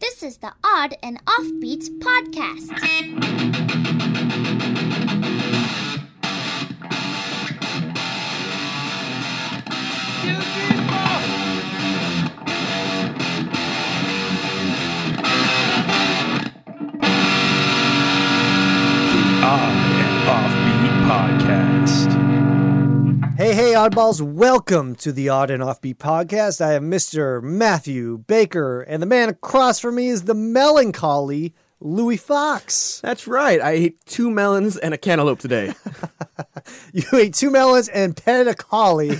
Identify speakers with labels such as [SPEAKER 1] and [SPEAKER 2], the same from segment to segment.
[SPEAKER 1] This is the Odd and Offbeats podcast.
[SPEAKER 2] On and Offbeat Podcast.
[SPEAKER 3] Hey, hey, oddballs, welcome to the Odd and Offbeat podcast. I am Mr. Matthew Baker, and the man across from me is the melancholy Louis Fox.
[SPEAKER 4] That's right. I ate two melons and a cantaloupe today.
[SPEAKER 3] You ate two melons and petted a collie.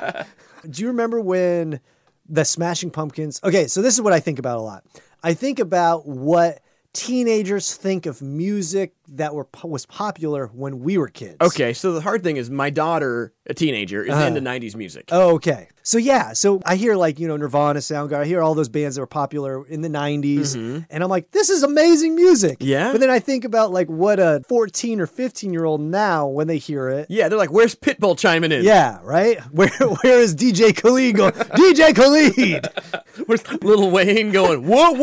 [SPEAKER 3] Do you remember when the Smashing Pumpkins? Okay, so this is what I think about a lot. I think about what teenagers think of music that were was popular when we were kids.
[SPEAKER 4] okay, so the hard thing is my daughter, a teenager, is
[SPEAKER 3] Uh-huh.
[SPEAKER 4] into 90s music.
[SPEAKER 3] Oh, okay. So yeah, so I hear like you know Nirvana, Soundgarden. I hear all those bands that were popular in the '90s, and I'm like, this is amazing music.
[SPEAKER 4] Mm-hmm. Yeah.
[SPEAKER 3] But then I think about like what a 14 or 15 year old now when they hear it.
[SPEAKER 4] yeah, they're like, where's Pitbull chiming in?
[SPEAKER 3] Yeah, right. Where where is DJ Khalid going? DJ Khalid.
[SPEAKER 4] Where's Little Wayne going, what,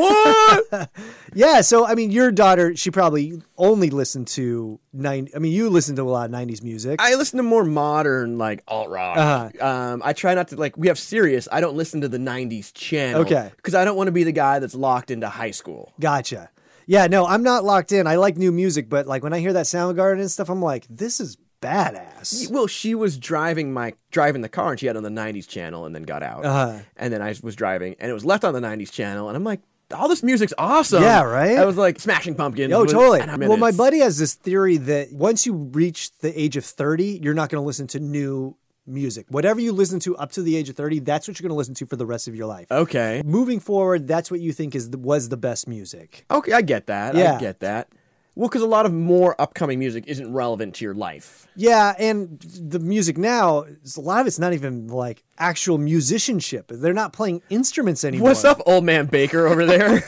[SPEAKER 4] what?
[SPEAKER 3] Yeah. So I mean, your daughter, she probably only listened to nine. I mean, you listen to a lot of '90s music.
[SPEAKER 4] I listen to more modern, like, alt rock.
[SPEAKER 3] Uh-huh.
[SPEAKER 4] Um, I try not to, like, we have Sirius. I don't listen to the 90s channel.
[SPEAKER 3] Okay.
[SPEAKER 4] Because I don't want to be the guy that's locked into high school.
[SPEAKER 3] Gotcha. Yeah, no, I'm not locked in. I like new music, but like when I hear that Soundgarden and stuff, I'm like, this is badass.
[SPEAKER 4] Well, she was driving my driving the car, and she had on the '90s channel, and then got out.
[SPEAKER 3] Uh-huh.
[SPEAKER 4] And then I was driving, and it was left on the '90s channel, and I'm like, "All this music's awesome!"
[SPEAKER 3] Yeah, right?
[SPEAKER 4] I was like, "Smashing Pumpkins."
[SPEAKER 3] Oh,
[SPEAKER 4] was-
[SPEAKER 3] totally.
[SPEAKER 4] and I'm in
[SPEAKER 3] Well, my
[SPEAKER 4] it.
[SPEAKER 3] buddy has this theory that once you reach the age of 30, you're not going to listen to new music. Whatever you listen to up to the age of 30, that's what you're going to listen to for the rest of your life.
[SPEAKER 4] Oh. Okay,
[SPEAKER 3] Moving forward, that's what you think is the, was the best music.
[SPEAKER 4] okay, I get that.
[SPEAKER 3] Yeah.
[SPEAKER 4] I get that. Well, because a lot of more upcoming music isn't relevant to your life.
[SPEAKER 3] Yeah, and the music now, is- a lot of it's not even like actual musicianship. They're not playing instruments anymore.
[SPEAKER 4] What's up, old man Baker over there?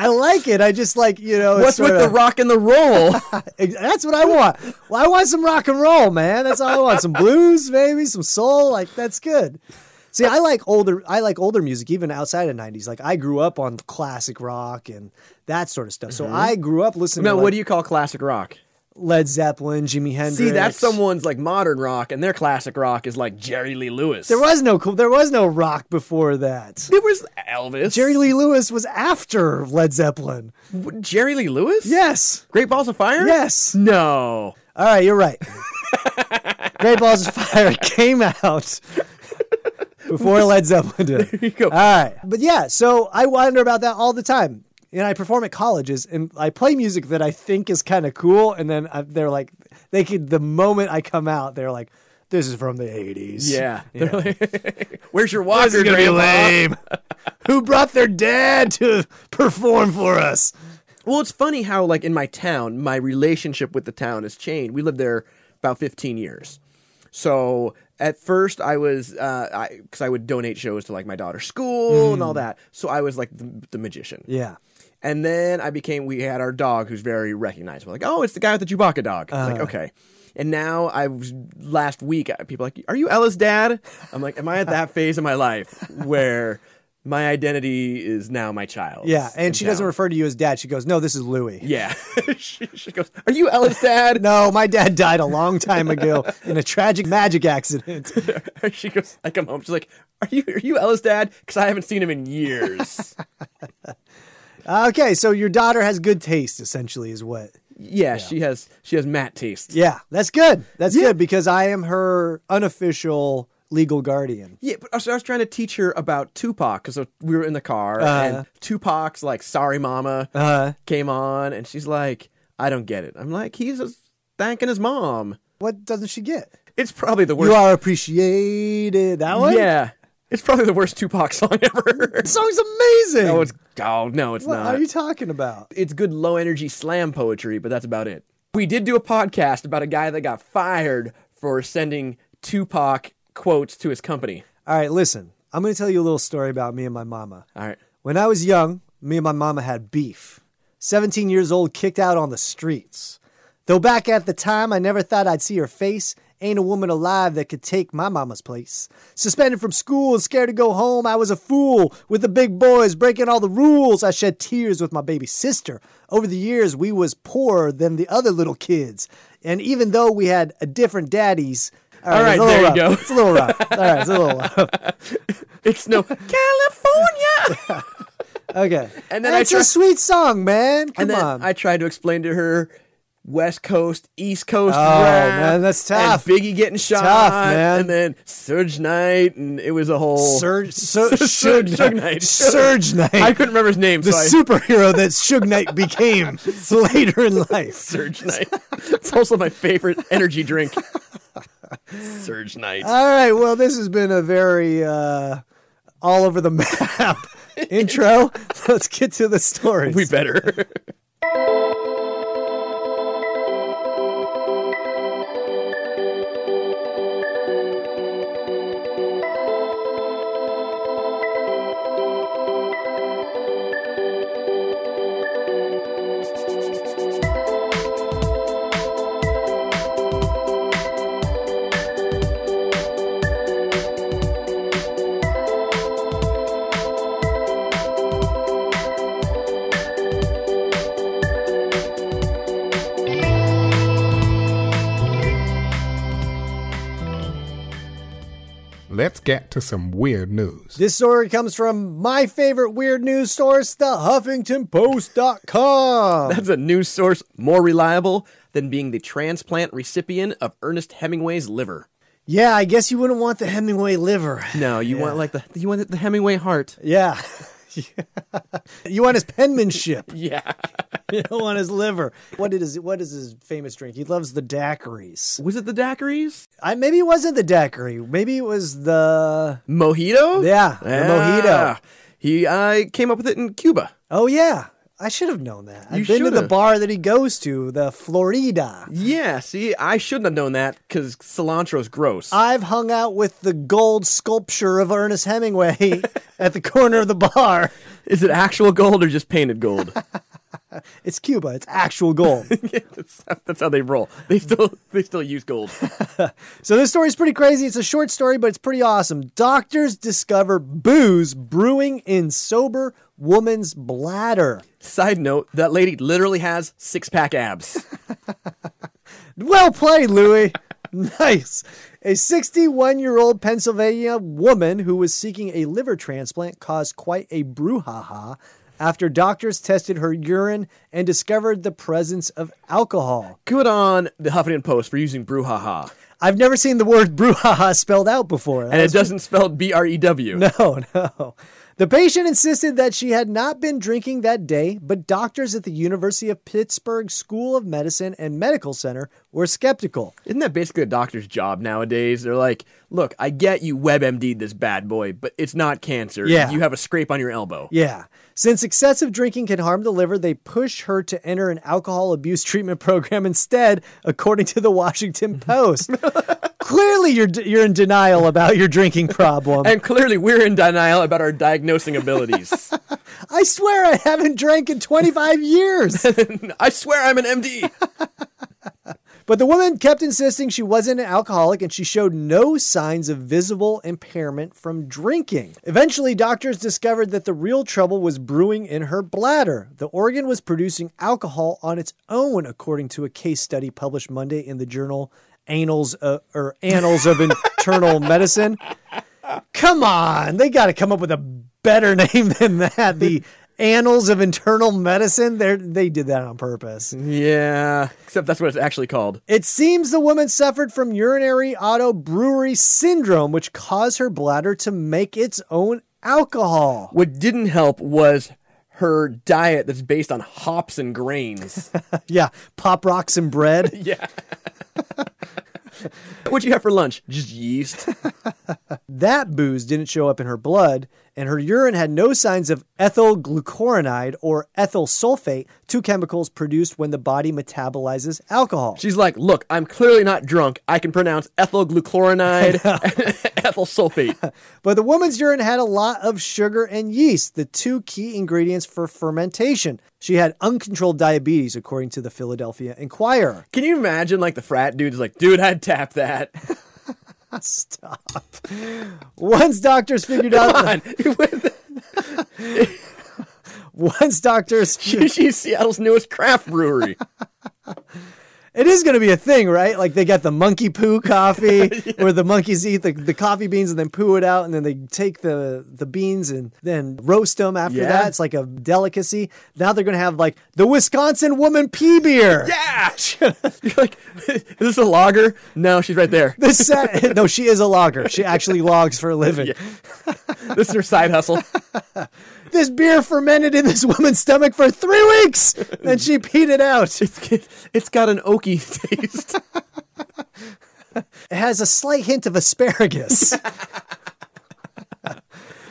[SPEAKER 3] I like it. I just like, you know, it's
[SPEAKER 4] What's with
[SPEAKER 3] sorta-
[SPEAKER 4] the rock and the roll?
[SPEAKER 3] Ex- That's what I want. Well, I want some rock and roll, man. That's all I want. Some blues, maybe some soul. Like that's good. See, I like older. I like older music, even outside of '90s. Like I grew up on classic rock and that sort of stuff. So I grew up listening
[SPEAKER 4] Mm-hmm. now,
[SPEAKER 3] to
[SPEAKER 4] what
[SPEAKER 3] like,
[SPEAKER 4] do you call classic rock?
[SPEAKER 3] Led Zeppelin, Jimi Hendrix.
[SPEAKER 4] See, that's someone's like modern rock, and their classic rock is like Jerry Lee Lewis.
[SPEAKER 3] There was no cool. There was no rock before that.
[SPEAKER 4] There was Elvis.
[SPEAKER 3] Jerry Lee Lewis was after Led Zeppelin.
[SPEAKER 4] W- Jerry Lee Lewis?
[SPEAKER 3] Yes.
[SPEAKER 4] Great Balls of Fire?
[SPEAKER 3] Yes.
[SPEAKER 4] No.
[SPEAKER 3] All right, you're right. Great Balls of Fire came out before Led Zeppelin did. There
[SPEAKER 4] you go.
[SPEAKER 3] All right, but yeah, so I wonder about that all the time. And I perform at colleges, and I play music that I think is kind of cool, and then I, they're like, they could the moment I come out, they're like, "This is from the '80s."
[SPEAKER 4] Yeah.
[SPEAKER 3] You know?
[SPEAKER 4] Where's your walker?
[SPEAKER 3] This is gonna be
[SPEAKER 4] Grandpa?
[SPEAKER 3] lame. Who brought their dad to perform for us?
[SPEAKER 4] Well, it's funny how like in my town, my relationship with the town has changed. We lived there about 15 years. So at first I was uh I cuz I would donate shows to like my daughter's school and all
[SPEAKER 3] Mm.
[SPEAKER 4] that. So I was like the, the magician.
[SPEAKER 3] Yeah.
[SPEAKER 4] And then I became, we had our dog who's very recognizable. Like, oh, it's the guy with the Chewbacca dog.
[SPEAKER 3] Uh-huh.
[SPEAKER 4] like, okay. And now I was, last week, I- people are like, are you Ella's dad? I'm like, am I at that phase of my life where my identity is now my child?
[SPEAKER 3] Yeah, and she doesn't refer to you as dad. She goes, "No, this is Louie."
[SPEAKER 4] Yeah. she, she goes, are you Ella's dad?
[SPEAKER 3] No, my dad died a long time ago in a tragic magic accident.
[SPEAKER 4] she goes, I come home. She's like, are you, are you Ella's dad? Because I haven't seen him in years.
[SPEAKER 3] Okay, so your daughter has good taste, essentially, is what.
[SPEAKER 4] yeah, she has, she has Matt taste.
[SPEAKER 3] Yeah, that's good. That's good because I am her unofficial legal guardian.
[SPEAKER 4] Yeah, but so I was trying to teach her about Tupac because we were in the car
[SPEAKER 3] Uh-huh.
[SPEAKER 4] and Tupac's like "Sorry, Mama"
[SPEAKER 3] Uh,
[SPEAKER 4] came on, and she's like, "I don't get it." I'm like, "He's just thanking his mom."
[SPEAKER 3] what doesn't she get?
[SPEAKER 4] It's probably the
[SPEAKER 3] You
[SPEAKER 4] worst.
[SPEAKER 3] are appreciated. That one?
[SPEAKER 4] yeah, it's probably the worst Tupac song ever.
[SPEAKER 3] That song's amazing.
[SPEAKER 4] no, it's oh no, it's
[SPEAKER 3] what
[SPEAKER 4] not.
[SPEAKER 3] are you talking about?
[SPEAKER 4] it's good low energy slam poetry, but that's about it. We did do a podcast about a guy that got fired for sending Tupac quotes to his company.
[SPEAKER 3] All right, listen. I'm going to tell you a little story about me and my mama.
[SPEAKER 4] All right.
[SPEAKER 3] When I was young, me and my mama had beef. 17 years old, kicked out on the streets. Though back at the time, I never thought I'd see her face Ain't a woman alive that could take my mama's place. Suspended from school and scared to go home, I was a fool. With the big boys breaking all the rules, I shed tears with my baby sister. Over the years, we was poorer than the other little kids. And even though we had a different daddies,
[SPEAKER 4] All right,
[SPEAKER 3] it's a little
[SPEAKER 4] there you
[SPEAKER 3] rough.
[SPEAKER 4] go.
[SPEAKER 3] It's a little rough. All right, it's a little rough.
[SPEAKER 4] It's no California.
[SPEAKER 3] Okay.
[SPEAKER 4] And then I
[SPEAKER 3] it's
[SPEAKER 4] try-
[SPEAKER 3] a sweet song, man. Come
[SPEAKER 4] and then
[SPEAKER 3] on.
[SPEAKER 4] I tried to explain to her West Coast, East Coast.
[SPEAKER 3] Oh,
[SPEAKER 4] rap,
[SPEAKER 3] man, that's tough.
[SPEAKER 4] And Biggie getting shot,
[SPEAKER 3] Tough, man.
[SPEAKER 4] and then Surge Night, and it was a whole
[SPEAKER 3] Surge, sur-
[SPEAKER 4] Sur-
[SPEAKER 3] Suge
[SPEAKER 4] Suge
[SPEAKER 3] Knight.
[SPEAKER 4] Knight.
[SPEAKER 3] Surge Knight.
[SPEAKER 4] I couldn't remember his name,
[SPEAKER 3] the
[SPEAKER 4] so I
[SPEAKER 3] superhero that Suge Knight became later in life.
[SPEAKER 4] Surge Night. it's also my favorite energy drink. Surge Night.
[SPEAKER 3] All right. Well, this has been a very uh, all over the map intro. Let's get to the stories.
[SPEAKER 4] we better.
[SPEAKER 5] Let's get to some weird news.
[SPEAKER 3] This story comes from my favorite weird news source, the HuffingtonPost.com.
[SPEAKER 4] That's a news source more reliable than being the transplant recipient of Ernest Hemingway's liver.
[SPEAKER 3] Yeah, I guess you wouldn't want the Hemingway liver.
[SPEAKER 4] No, you want like the you want the Hemingway heart.
[SPEAKER 3] Yeah. you want his penmanship.
[SPEAKER 4] Yeah.
[SPEAKER 3] You don't want his liver. What is what is his famous drink? He loves the daiquiris.
[SPEAKER 4] Was it the daiquiris?
[SPEAKER 3] I maybe it wasn't the daiquiri. Maybe it was the
[SPEAKER 4] Mojito? Ah.
[SPEAKER 3] Yeah, the mojito.
[SPEAKER 4] He I came up with it in Cuba.
[SPEAKER 3] Oh yeah. I should have known that. I've
[SPEAKER 4] You
[SPEAKER 3] been to the
[SPEAKER 4] should've.
[SPEAKER 3] bar that he goes to, the Florida.
[SPEAKER 4] Yeah, see, I shouldn't have known that because cilantro's gross.
[SPEAKER 3] I've hung out with the gold sculpture of Ernest Hemingway at the corner of the bar.
[SPEAKER 4] Is it actual gold or just painted gold?
[SPEAKER 3] It's Cuba. It's actual gold.
[SPEAKER 4] that's, that's how they roll. They still they still use gold.
[SPEAKER 3] So this story's pretty crazy. It's a short story, but it's pretty awesome. Doctors discover booze brewing in sober woman's bladder.
[SPEAKER 4] Side note: that lady literally has six pack abs.
[SPEAKER 3] Well played, Louis. nice. A 61 year old Pennsylvania woman who was seeking a liver transplant caused quite a brouhaha after doctors tested her urine and discovered the presence of alcohol.
[SPEAKER 4] Good on the Huffington Post for using brouhaha,
[SPEAKER 3] I've never seen the word brouhaha spelled out before.
[SPEAKER 4] and it doesn't spell B R E W.
[SPEAKER 3] No, no. The patient insisted that she had not been drinking that day, but doctors at the University of Pittsburgh School of Medicine and Medical Center were skeptical.
[SPEAKER 4] Isn't that basically a doctor's job nowadays? They're like, look, I get you WebMD'd this bad boy, but it's not cancer.
[SPEAKER 3] Yeah.
[SPEAKER 4] You have a scrape on your elbow.
[SPEAKER 3] Yeah. Since excessive drinking can harm the liver, they pushed her to enter an alcohol abuse treatment program instead, according to the Washington Post. Clearly, you're, you're in denial about your drinking problem.
[SPEAKER 4] And clearly, we're in denial about our diagnosing abilities.
[SPEAKER 3] I swear I haven't drank in 25 years.
[SPEAKER 4] I swear I'm an MD.
[SPEAKER 3] But the woman kept insisting she wasn't an alcoholic and she showed no signs of visible impairment from drinking. Eventually, doctors discovered that the real trouble was brewing in her bladder. The organ was producing alcohol on its own, according to a case study published Monday in the journal Annals uh, or Annals of Internal Medicine. Come on, they got to come up with a better name than that. The Annals of Internal Medicine. They they did that on purpose.
[SPEAKER 4] yeah. Except that's what it's actually called.
[SPEAKER 3] It seems the woman suffered from urinary auto brewery syndrome, which caused her bladder to make its own alcohol.
[SPEAKER 4] What didn't help was her diet that's based on hops and grains.
[SPEAKER 3] Yeah, pop rocks and bread.
[SPEAKER 4] yeah. What'd you have for lunch? Just yeast.
[SPEAKER 3] that booze didn't show up in her blood, and her urine had no signs of ethyl glucuronide or ethyl sulfate, two chemicals produced when the body metabolizes alcohol.
[SPEAKER 4] She's like, look, I'm clearly not drunk. I can pronounce ethyl glucuronide, ethyl sulfate.
[SPEAKER 3] But the woman's urine had a lot of sugar and yeast, the two key ingredients for fermentation. She had uncontrolled diabetes, according to the Philadelphia Inquirer.
[SPEAKER 4] Can you imagine, like, the frat dude's like, dude, I'd tap that.
[SPEAKER 3] Stop. Once doctors figured out the-
[SPEAKER 4] Come on.
[SPEAKER 3] once doctors
[SPEAKER 4] She's Seattle's newest craft brewery.
[SPEAKER 3] it is going to be a thing, right? Like they got the monkey poo coffee where the monkeys eat the, the coffee beans and then poo it out and then they take the the beans and then roast them after
[SPEAKER 4] Yeah.
[SPEAKER 3] that. It's like a delicacy. Now they're going to have like the Wisconsin woman pee beer.
[SPEAKER 4] Yeah. You're like, is this a lager? No, she's right there.
[SPEAKER 3] This set, no, she is a logger. She actually logs for a living.
[SPEAKER 4] This is her side hustle.
[SPEAKER 3] This beer fermented in this woman's stomach for three weeks, and she peed it out. It
[SPEAKER 4] It's it's got an oaky taste.
[SPEAKER 3] has a slight hint of asparagus.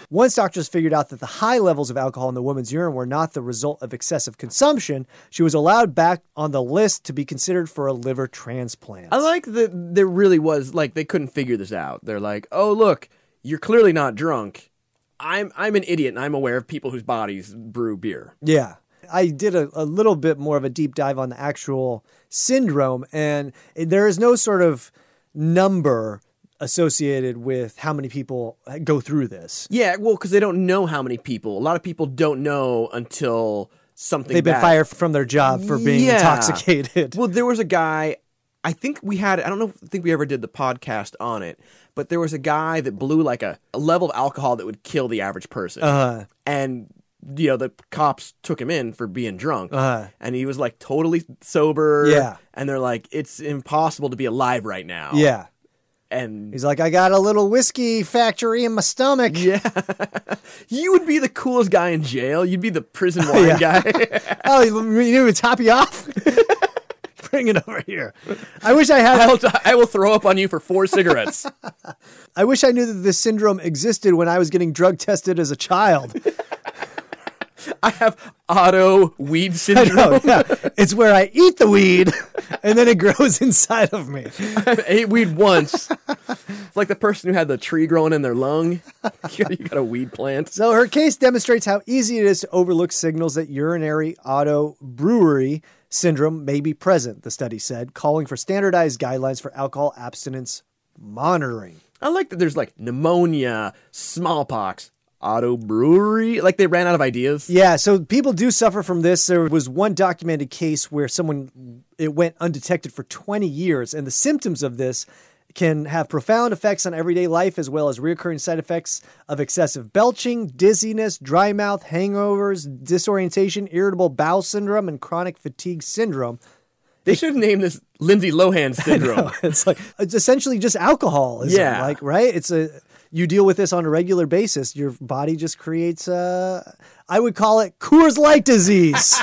[SPEAKER 3] Once doctors figured out that the high levels of alcohol in the woman's urine were not the result of excessive consumption, she was allowed back on the list to be considered for a liver transplant.
[SPEAKER 4] I like that there really was like they couldn't figure this out. They're like, "Oh, look, you're clearly not drunk. I'm I'm an idiot and I'm aware of people whose bodies brew beer."
[SPEAKER 3] Yeah. I did a, a little bit more of a deep dive on the actual syndrome, and there is no sort of number associated with how many people go through this.
[SPEAKER 4] Yeah, well, cuz they don't know how many people. A lot of people don't know until something
[SPEAKER 3] They've been
[SPEAKER 4] bad-
[SPEAKER 3] fired from their job for being
[SPEAKER 4] Yeah.
[SPEAKER 3] intoxicated.
[SPEAKER 4] Well, there was a guy. I think we had. I don't know. I think we ever did the podcast on it, but there was a guy that blew like a, a level of alcohol that would kill the average person.
[SPEAKER 3] Uh-huh.
[SPEAKER 4] Uh, and you know the cops took him in for being drunk,
[SPEAKER 3] Uh-huh.
[SPEAKER 4] and he was like totally sober.
[SPEAKER 3] Yeah.
[SPEAKER 4] And they're like, it's impossible to be alive right now.
[SPEAKER 3] yeah.
[SPEAKER 4] And
[SPEAKER 3] He's like, I got a little whiskey factory in my stomach. Yeah.
[SPEAKER 4] you would be the coolest guy in jail. You'd be the prison wine guy.
[SPEAKER 3] Oh, you you need me to top you off? Bring it over here. I wish I had.
[SPEAKER 4] I'll, I will throw up on you for four cigarettes.
[SPEAKER 3] I wish I knew that this syndrome existed when I was getting drug tested as a child.
[SPEAKER 4] I have auto weed
[SPEAKER 3] I
[SPEAKER 4] syndrome.
[SPEAKER 3] know, yeah. It's where I eat the weed and then it grows inside of me.
[SPEAKER 4] I ate weed once. it's like the person who had the tree growing in their lung. you got a weed plant.
[SPEAKER 3] So her case demonstrates how easy it is to overlook signals that urinary auto brewery syndrome may be present, the study said, calling for standardized guidelines for alcohol abstinence monitoring.
[SPEAKER 4] I like that there's like pneumonia, smallpox, auto brewery. Like they ran out of ideas.
[SPEAKER 3] Yeah, so people do suffer from this. There was one documented case where someone it went undetected for 20 years and the symptoms of this can have profound effects on everyday life as well as reoccurring side effects of excessive belching, dizziness, dry mouth, hangovers, disorientation, irritable bowel syndrome and chronic fatigue syndrome.
[SPEAKER 4] They should have named this Lindsay Lohan syndrome.
[SPEAKER 3] It's like it's essentially just alcoholism,
[SPEAKER 4] Yeah.
[SPEAKER 3] like right? It's a you deal with this on a regular basis. Your body just creates uh I would call it Coors Light disease.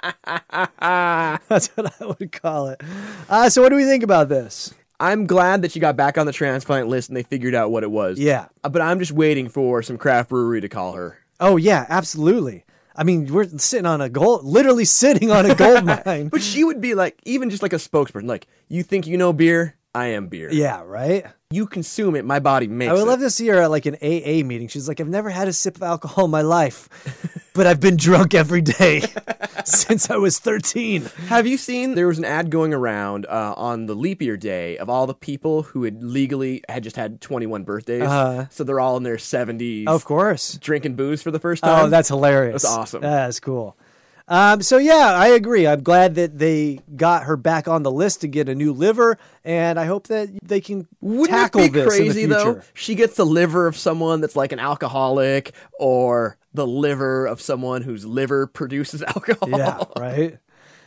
[SPEAKER 3] That's what I would call it. Uh, so what do we think about this?
[SPEAKER 4] I'm glad that she got back on the transplant list and they figured out what it was.
[SPEAKER 3] Yeah.
[SPEAKER 4] Uh, But I'm just waiting for some craft brewery to call her.
[SPEAKER 3] Oh yeah, absolutely. I mean, we're sitting on a gold, literally sitting on a gold mine.
[SPEAKER 4] But she would be like, even just like a spokesperson, like, you think you know beer? I am beer.
[SPEAKER 3] Yeah, right.
[SPEAKER 4] You consume it, my body makes
[SPEAKER 3] I would
[SPEAKER 4] it.
[SPEAKER 3] love to see her at like an AA meeting. She's like, I've never had a sip of alcohol in my life, but I've been drunk every day since I was 13.
[SPEAKER 4] Have you seen there was an ad going around uh, on the leap year day of all the people who had legally had just had 21 birthdays?
[SPEAKER 3] Uh-huh.
[SPEAKER 4] So they're all in their 70s
[SPEAKER 3] Of course.
[SPEAKER 4] drinking booze for the first time.
[SPEAKER 3] Oh, that's hilarious.
[SPEAKER 4] That's awesome.
[SPEAKER 3] That's cool. Um, so yeah, I agree. I'm glad that they got her back on the list to get a new liver, and I hope that they can
[SPEAKER 4] Wouldn't it
[SPEAKER 3] tackle
[SPEAKER 4] be
[SPEAKER 3] this in the
[SPEAKER 4] crazy
[SPEAKER 3] future.
[SPEAKER 4] though? She gets the liver of someone that's like an alcoholic or the liver of someone whose liver produces alcohol.
[SPEAKER 3] Yeah, right.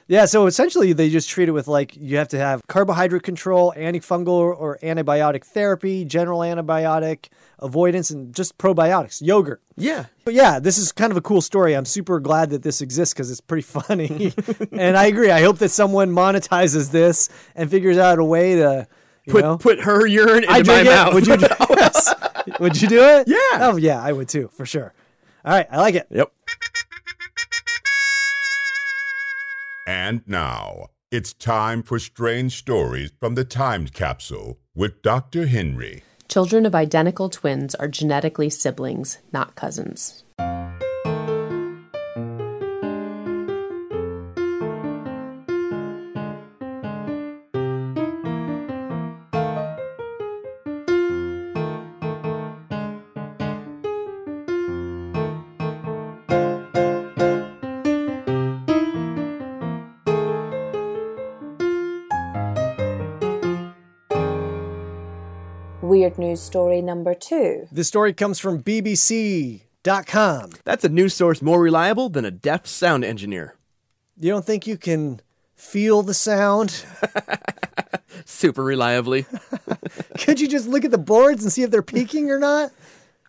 [SPEAKER 3] Yeah, so essentially they just treat it with like you have to have carbohydrate control, antifungal or antibiotic therapy, general antibiotic avoidance, and just probiotics, yogurt.
[SPEAKER 4] Yeah.
[SPEAKER 3] But yeah, this is kind of a cool story. I'm super glad that this exists because it's pretty funny. and I agree. I hope that someone monetizes this and figures out a way to, you
[SPEAKER 4] Put
[SPEAKER 3] know,
[SPEAKER 4] put her urine into
[SPEAKER 3] I
[SPEAKER 4] my
[SPEAKER 3] drink it.
[SPEAKER 4] mouth.
[SPEAKER 3] Would you? Yes. Would you do it?
[SPEAKER 4] Yeah.
[SPEAKER 3] Oh yeah, I would too for sure. All right, I like it.
[SPEAKER 4] yep.
[SPEAKER 6] And now, it's time for strange stories from the time capsule with Dr. Henry.
[SPEAKER 7] Children of identical twins are genetically siblings, not cousins.
[SPEAKER 8] Weird news story number two.
[SPEAKER 3] This story comes from BBC.com.
[SPEAKER 4] That's a news source more reliable than a deaf sound engineer.
[SPEAKER 3] You don't think you can feel the sound?
[SPEAKER 4] Super reliably.
[SPEAKER 3] Could you just look at the boards and see if they're peaking or not?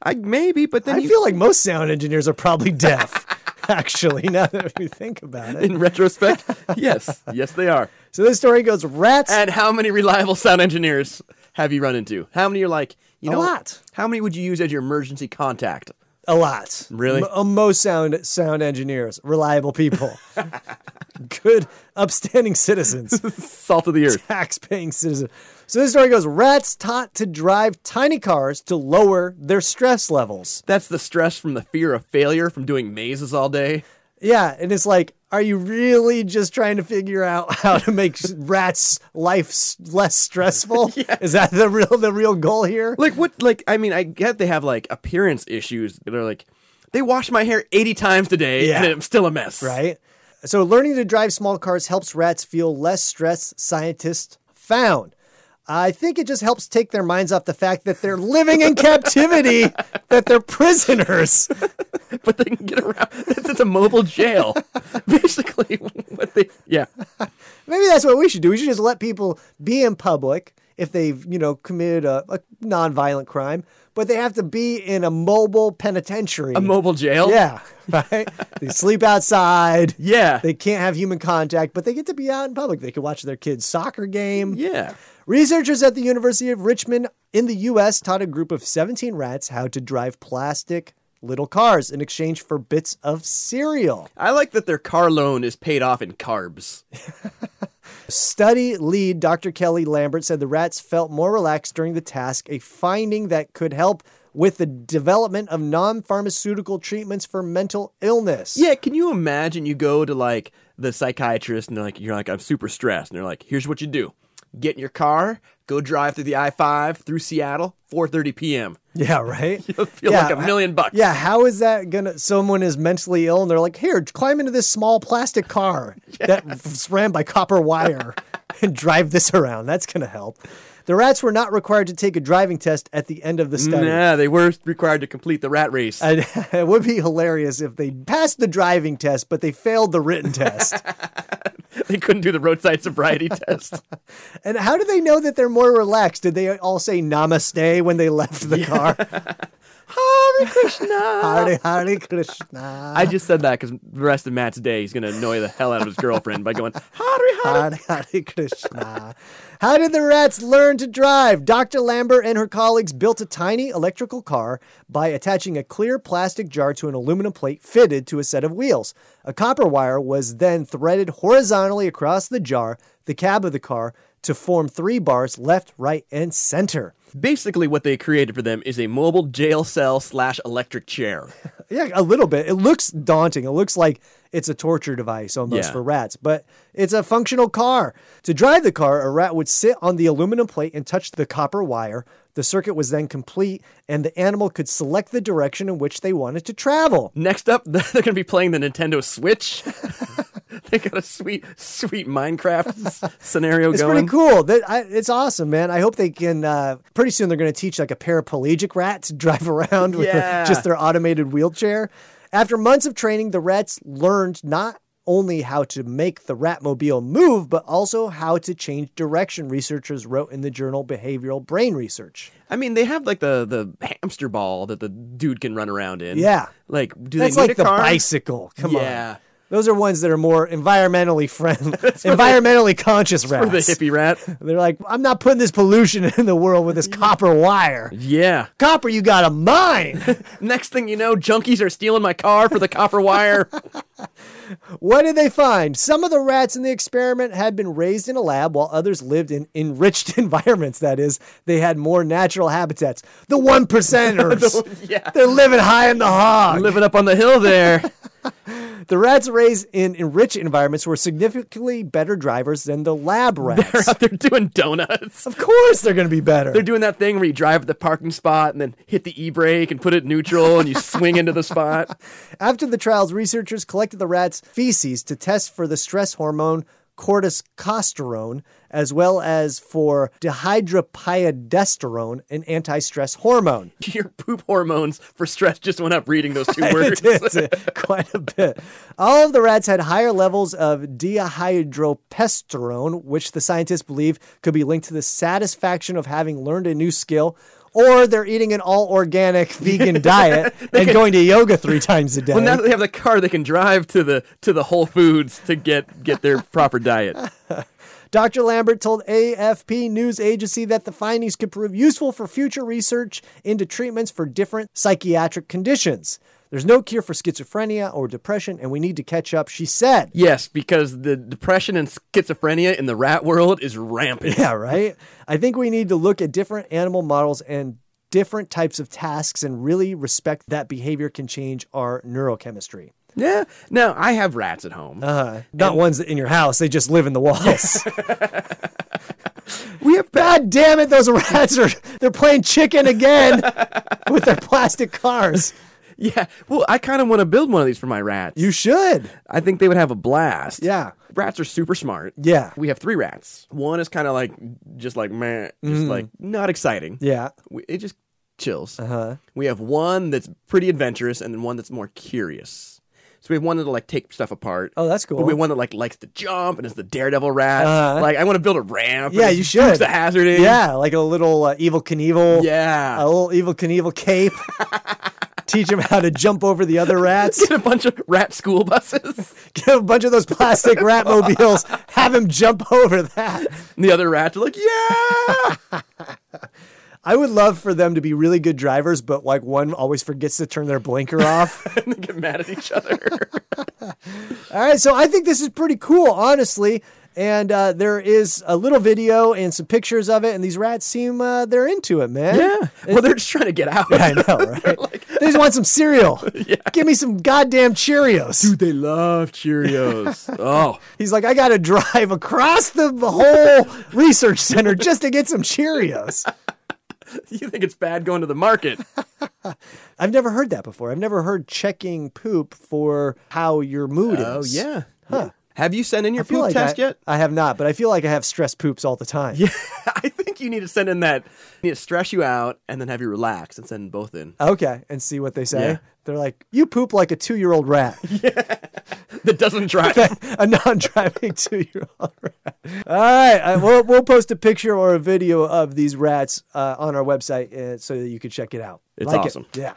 [SPEAKER 4] I maybe, but then
[SPEAKER 3] I
[SPEAKER 4] you,
[SPEAKER 3] feel like most sound engineers are probably deaf, actually, now that we think about it.
[SPEAKER 4] in retrospect, yes, yes they are.
[SPEAKER 3] So this story goes rats.
[SPEAKER 4] And how many reliable sound engineers have you run into? How many are like you
[SPEAKER 3] A
[SPEAKER 4] know?
[SPEAKER 3] lot.
[SPEAKER 4] How many would you use as your emergency contact?
[SPEAKER 3] A lot.
[SPEAKER 4] Really?
[SPEAKER 3] M- uh, most sound sound engineers, reliable people, good, upstanding citizens,
[SPEAKER 4] Salt of the earth.
[SPEAKER 3] tax-paying citizens. So this story goes: rats taught to drive tiny cars to lower their stress levels.
[SPEAKER 4] That's the stress from the fear of failure from doing mazes all day.
[SPEAKER 3] Yeah, and it's like, are you really just trying to figure out how to make s- rats' life s- less stressful? Is that the real the real goal here?
[SPEAKER 4] Like what? Like I mean, I get they have like appearance issues. They're like, they wash my hair eighty times today,
[SPEAKER 3] Yeah.
[SPEAKER 4] and I'm still a mess.
[SPEAKER 3] right? So, learning to drive small cars helps rats feel less stress, scientists found. I think it just helps take their minds off the fact that they're living in captivity, that they're prisoners.
[SPEAKER 4] But they can get around. It's, it's a mobile jail, basically. What they? Yeah.
[SPEAKER 3] Maybe that's what we should do. We should just let people be in public if they've, you know, committed a, a nonviolent crime, but they have to be in a mobile penitentiary.
[SPEAKER 4] A mobile jail.
[SPEAKER 3] Yeah, right? they sleep outside.
[SPEAKER 4] Yeah.
[SPEAKER 3] They can't have human contact, but they get to be out in public. They can watch their kids' soccer game.
[SPEAKER 4] yeah.
[SPEAKER 3] Researchers at the University of Richmond in the US taught a group of 17 rats how to drive plastic little cars in exchange for bits of cereal.
[SPEAKER 4] I like that their car loan is paid off in carbs.
[SPEAKER 3] Study lead Dr. Kelly Lambert said the rats felt more relaxed during the task, a finding that could help with the development of non pharmaceutical treatments for mental illness.
[SPEAKER 4] Yeah, can you imagine you go to like the psychiatrist and they're like you're like I'm super stressed and they're like here's what you do. Get in your car, go drive through the I-5 through Seattle, 4:30 p.m.
[SPEAKER 3] Yeah, right?
[SPEAKER 4] You'll feel like a million bucks.
[SPEAKER 3] Yeah, how is that gonna? Someone is mentally ill, and they're like, "Here, climb into this small plastic car that f- ran by copper wire, and drive this around. That's gonna help." The rats were not required to take a driving test at the end of the study.
[SPEAKER 4] Yeah, they were required to complete the rat race.
[SPEAKER 3] And it would be hilarious if they passed the driving test, but they failed the written test.
[SPEAKER 4] they couldn't do the roadside sobriety test.
[SPEAKER 3] and how do they know that they're more relaxed? Did they all say namaste when they left the car?
[SPEAKER 4] Hare Krishna.
[SPEAKER 3] Hare, Hare Krishna.
[SPEAKER 4] I just said that because the rest of Matt's day, he's gonna annoy the hell out of his girlfriend by going Hare Hare.
[SPEAKER 3] Hare Hare Krishna. How did the rats learn to drive? Dr. Lambert and her colleagues built a tiny electrical car by attaching a clear plastic jar to an aluminum plate fitted to a set of wheels. A copper wire was then threaded horizontally across the jar, the cab of the car, to form three bars left, right, and center.
[SPEAKER 4] Basically, what they created for them is a mobile jail cell slash electric chair.
[SPEAKER 3] Yeah, a little bit. It looks daunting. It looks like it's a torture device almost
[SPEAKER 4] Yeah.
[SPEAKER 3] for rats, but it's a functional car. To drive the car, a rat would sit on the aluminum plate and touch the copper wire. The circuit was then complete, and the animal could select the direction in which they wanted to travel.
[SPEAKER 4] Next up, they're going to be playing the Nintendo Switch. they got a sweet, sweet Minecraft s- scenario
[SPEAKER 3] It's
[SPEAKER 4] going.
[SPEAKER 3] pretty cool. That I, it's awesome, man. I hope they can. Uh, pretty soon, they're going to teach like a paraplegic rat to drive around with a-
[SPEAKER 4] Yeah.
[SPEAKER 3] just their automated wheelchair. After months of training, the rats learned not only how to make the ratmobile move, but also how to change direction. Researchers wrote in the journal Behavioral Brain Research.
[SPEAKER 4] I mean, they have like the the hamster ball that the dude can run around in.
[SPEAKER 3] Yeah.
[SPEAKER 4] like do
[SPEAKER 3] That's
[SPEAKER 4] they need
[SPEAKER 3] like
[SPEAKER 4] a
[SPEAKER 3] the
[SPEAKER 4] car?
[SPEAKER 3] bicycle. Come
[SPEAKER 4] Yeah.
[SPEAKER 3] on. Those are ones that are more environmentally friendly, environmentally conscious
[SPEAKER 4] for the
[SPEAKER 3] rats.
[SPEAKER 4] hippie rat.
[SPEAKER 3] They're like, I'm not putting this pollution in the world with this copper wire.
[SPEAKER 4] Yeah.
[SPEAKER 3] Copper, you got a mine. Oh
[SPEAKER 4] Next thing you know, junkies are stealing my car for the copper wire.
[SPEAKER 3] What did they find? Some of the rats in the experiment had been raised in a lab while others lived in enriched environments. That is, they had more natural habitats. The one percenters.
[SPEAKER 4] yeah.
[SPEAKER 3] They're living high in the hog.
[SPEAKER 4] Living up on the hill there.
[SPEAKER 3] The rats raised in enriched environments were significantly better drivers than the lab
[SPEAKER 4] They're
[SPEAKER 3] rats.
[SPEAKER 4] out there doing donuts.
[SPEAKER 3] of course they're going to be better.
[SPEAKER 4] They're doing that thing where you drive at the parking spot and then hit the e brake and put it in neutral and you swing into the spot.
[SPEAKER 3] After the trials, researchers collected the rats' feces to test for the stress hormone corticosterone, as well as for dehydropiodesterone, an anti stress hormone.
[SPEAKER 4] Your poop hormones for stress just went up reading those two
[SPEAKER 3] It
[SPEAKER 4] words.
[SPEAKER 3] did uh, quite a bit. All of the rats had higher levels of dehydropesterone, which the scientists believe could be linked to the satisfaction of having learned a new skill. Or they're eating an all organic vegan diet and going to yoga three times a day.
[SPEAKER 4] Well, now that they have the car, they can drive to the to the Whole Foods to get get their proper diet.
[SPEAKER 3] Dr. Lambert told AFP news agency that the findings could prove useful for future research into treatments for different psychiatric conditions. There's no cure for schizophrenia or depression, and we need to catch up, she said.
[SPEAKER 4] Yes, because the depression and schizophrenia in the rat world is rampant.
[SPEAKER 3] Yeah, right? I think we need to look at different animal models and different types of tasks and really respect that behavior can change our neurochemistry.
[SPEAKER 4] Yeah. Now I have rats at home.
[SPEAKER 3] Not ones in your house, they just live in the walls.
[SPEAKER 4] we have bad.
[SPEAKER 3] God damn it, those rats are they're playing chicken again with their plastic cars.
[SPEAKER 4] Yeah. Well, I kind of want to build one of these for my rats.
[SPEAKER 3] You should.
[SPEAKER 4] I think they would have a blast.
[SPEAKER 3] Yeah.
[SPEAKER 4] Rats are super smart.
[SPEAKER 3] Yeah.
[SPEAKER 4] We have three rats. One is kind of like just like meh, just like not exciting.
[SPEAKER 3] Yeah.
[SPEAKER 4] We- It just chills. Uh-huh. We have one that's pretty adventurous, and then one that's more curious. So we have one that'll like take stuff apart.
[SPEAKER 3] Oh, that's
[SPEAKER 4] But we
[SPEAKER 3] cool.
[SPEAKER 4] have one that like likes to jump and is the daredevil rat.
[SPEAKER 3] Uh-huh.
[SPEAKER 4] Like I want to build a ramp.
[SPEAKER 3] Yeah,
[SPEAKER 4] and
[SPEAKER 3] you
[SPEAKER 4] it scoops
[SPEAKER 3] should.
[SPEAKER 4] The hazard in.
[SPEAKER 3] Yeah, Oh. like a little uh, evil Knievel.
[SPEAKER 4] Yeah.
[SPEAKER 3] A little evil Knievel cape. Teach him how to jump over the other rats.
[SPEAKER 4] Get a bunch of rat school buses.
[SPEAKER 3] Get a bunch of those plastic rat mobiles. Have him jump over that.
[SPEAKER 4] and the other rats are like, yeah.
[SPEAKER 3] I would love for them to be really good drivers, but like one always forgets to turn their blinker off.
[SPEAKER 4] and they get mad at each other.
[SPEAKER 3] All right, so I think this is pretty cool, honestly. And uh, there is a little video and some pictures of it, and these rats seem uh, they're into it, man.
[SPEAKER 4] Yeah. Well, they're just trying to get out.
[SPEAKER 3] I know, right? they just want some cereal. Give me some goddamn Cheerios.
[SPEAKER 4] Dude, they love Cheerios. oh,
[SPEAKER 3] He's like, I got to drive across the whole research center just to get some Cheerios.
[SPEAKER 4] you think it's bad going to the market?
[SPEAKER 3] I've never heard that before. I've never heard checking poop for how your mood
[SPEAKER 4] Oh,
[SPEAKER 3] is.
[SPEAKER 4] Have you sent in your
[SPEAKER 3] Oh, I feel
[SPEAKER 4] poop
[SPEAKER 3] like
[SPEAKER 4] test
[SPEAKER 3] I,
[SPEAKER 4] yet?
[SPEAKER 3] I have not, but I feel like I have stress poops all the time. Yeah.
[SPEAKER 4] I think you need to send in that. You need to stress you out and then have you relax and send both in.
[SPEAKER 3] Okay, and see what they say.
[SPEAKER 4] Yeah.
[SPEAKER 3] They're like, you poop like a two year old rat,
[SPEAKER 4] That doesn't drive.
[SPEAKER 3] a non driving two year old rat. All right, I, we'll, we'll post a picture or a video of these rats uh, on our website uh, so that you can check it out.
[SPEAKER 4] It's
[SPEAKER 3] Like it.
[SPEAKER 4] awesome.
[SPEAKER 3] Yeah.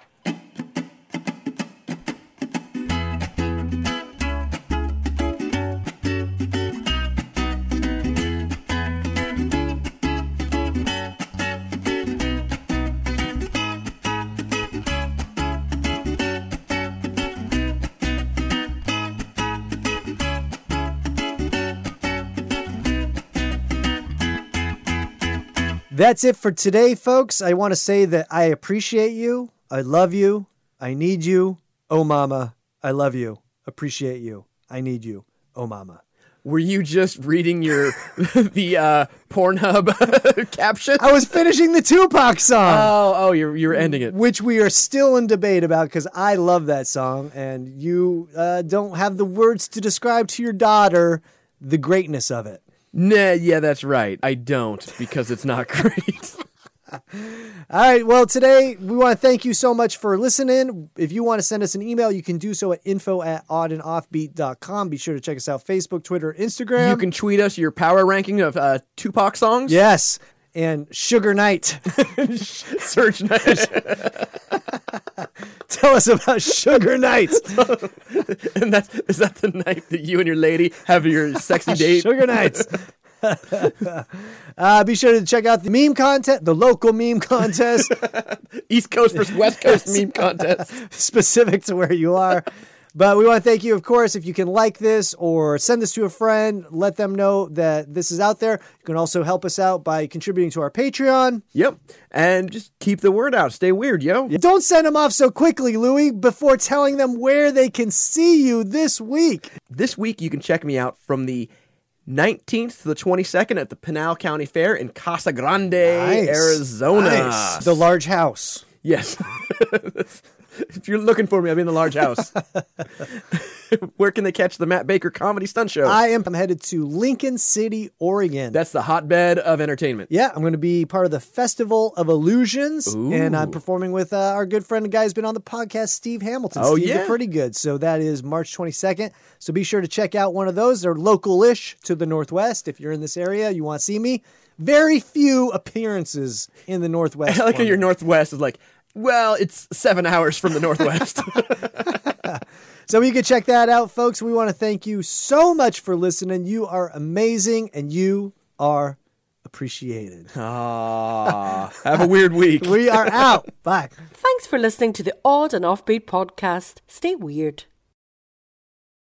[SPEAKER 3] That's it for today, folks. I want to say that I appreciate you. I love you. I need you. Oh, mama. I love you. Appreciate you. I need you. Oh, mama.
[SPEAKER 4] Were you just reading your the uh, Pornhub caption?
[SPEAKER 3] I was finishing the Tupac song,
[SPEAKER 4] Oh, oh, you're you're ending it.
[SPEAKER 3] which we are still in debate about because I love that song, and you uh, don't have the words to describe to your daughter the greatness of it.
[SPEAKER 4] Nah, yeah, that's right. I don't because it's not great.
[SPEAKER 3] All right. Well, today we want to thank you so much for listening. If you want to send us an email, you can do so at info at oddandoffbeat.com. Be sure to check us out Facebook, Twitter, Instagram.
[SPEAKER 4] you can tweet us your power ranking of uh, Tupac songs.
[SPEAKER 3] Yes. And Sugar Knight.
[SPEAKER 4] Search
[SPEAKER 3] Tell us about Sugar Knight.
[SPEAKER 4] And that's is that the night that you and your lady have your sexy date?
[SPEAKER 3] Sugar Knights. uh, be sure to check out the meme contest, the local meme contest
[SPEAKER 4] East Coast versus West Coast meme contest.
[SPEAKER 3] specific to where you are. But we want to thank you, of course, if you can like this or send this to a friend, let them know that this is out there. You can also help us out by contributing to our Patreon.
[SPEAKER 4] Yep. And just keep the word out. Stay weird, yo.
[SPEAKER 3] Don't send them off so quickly, Louis, before telling them where they can see you this week.
[SPEAKER 4] This week, you can check me out from the 19th to the 22nd at the Pinal County Fair in Casa Grande,
[SPEAKER 3] Nice.
[SPEAKER 4] Arizona.
[SPEAKER 3] Nice. The large house.
[SPEAKER 4] yes. if you're looking for me, I'm in the large house. Where can they catch the Matt Baker comedy stunt show?
[SPEAKER 3] I am I'm headed to Lincoln City, Oregon.
[SPEAKER 4] That's the hotbed of entertainment.
[SPEAKER 3] yeah, I'm going to be part of the Festival of Illusions,
[SPEAKER 4] Ooh.
[SPEAKER 3] and I'm performing with uh, our good friend, a guy who's been on the podcast, Steve Hamilton.
[SPEAKER 4] Oh,
[SPEAKER 3] Steve the
[SPEAKER 4] yeah.
[SPEAKER 3] Pretty Good. So that is March 22nd. So be sure to check out one of those. They're local-ish to the Northwest. If you're in this area, you want to see me. Very few appearances in the Northwest.
[SPEAKER 4] I like how
[SPEAKER 3] for
[SPEAKER 4] your
[SPEAKER 3] me.
[SPEAKER 4] Northwest is like, well, it's seven hours from the Northwest.
[SPEAKER 3] So you can check that out, folks. We want to thank you so much for listening. You are amazing, and you are appreciated.
[SPEAKER 4] Ah, have a weird week.
[SPEAKER 3] We are out. Bye.
[SPEAKER 9] Thanks for listening to the Odd and Offbeat podcast. Stay weird.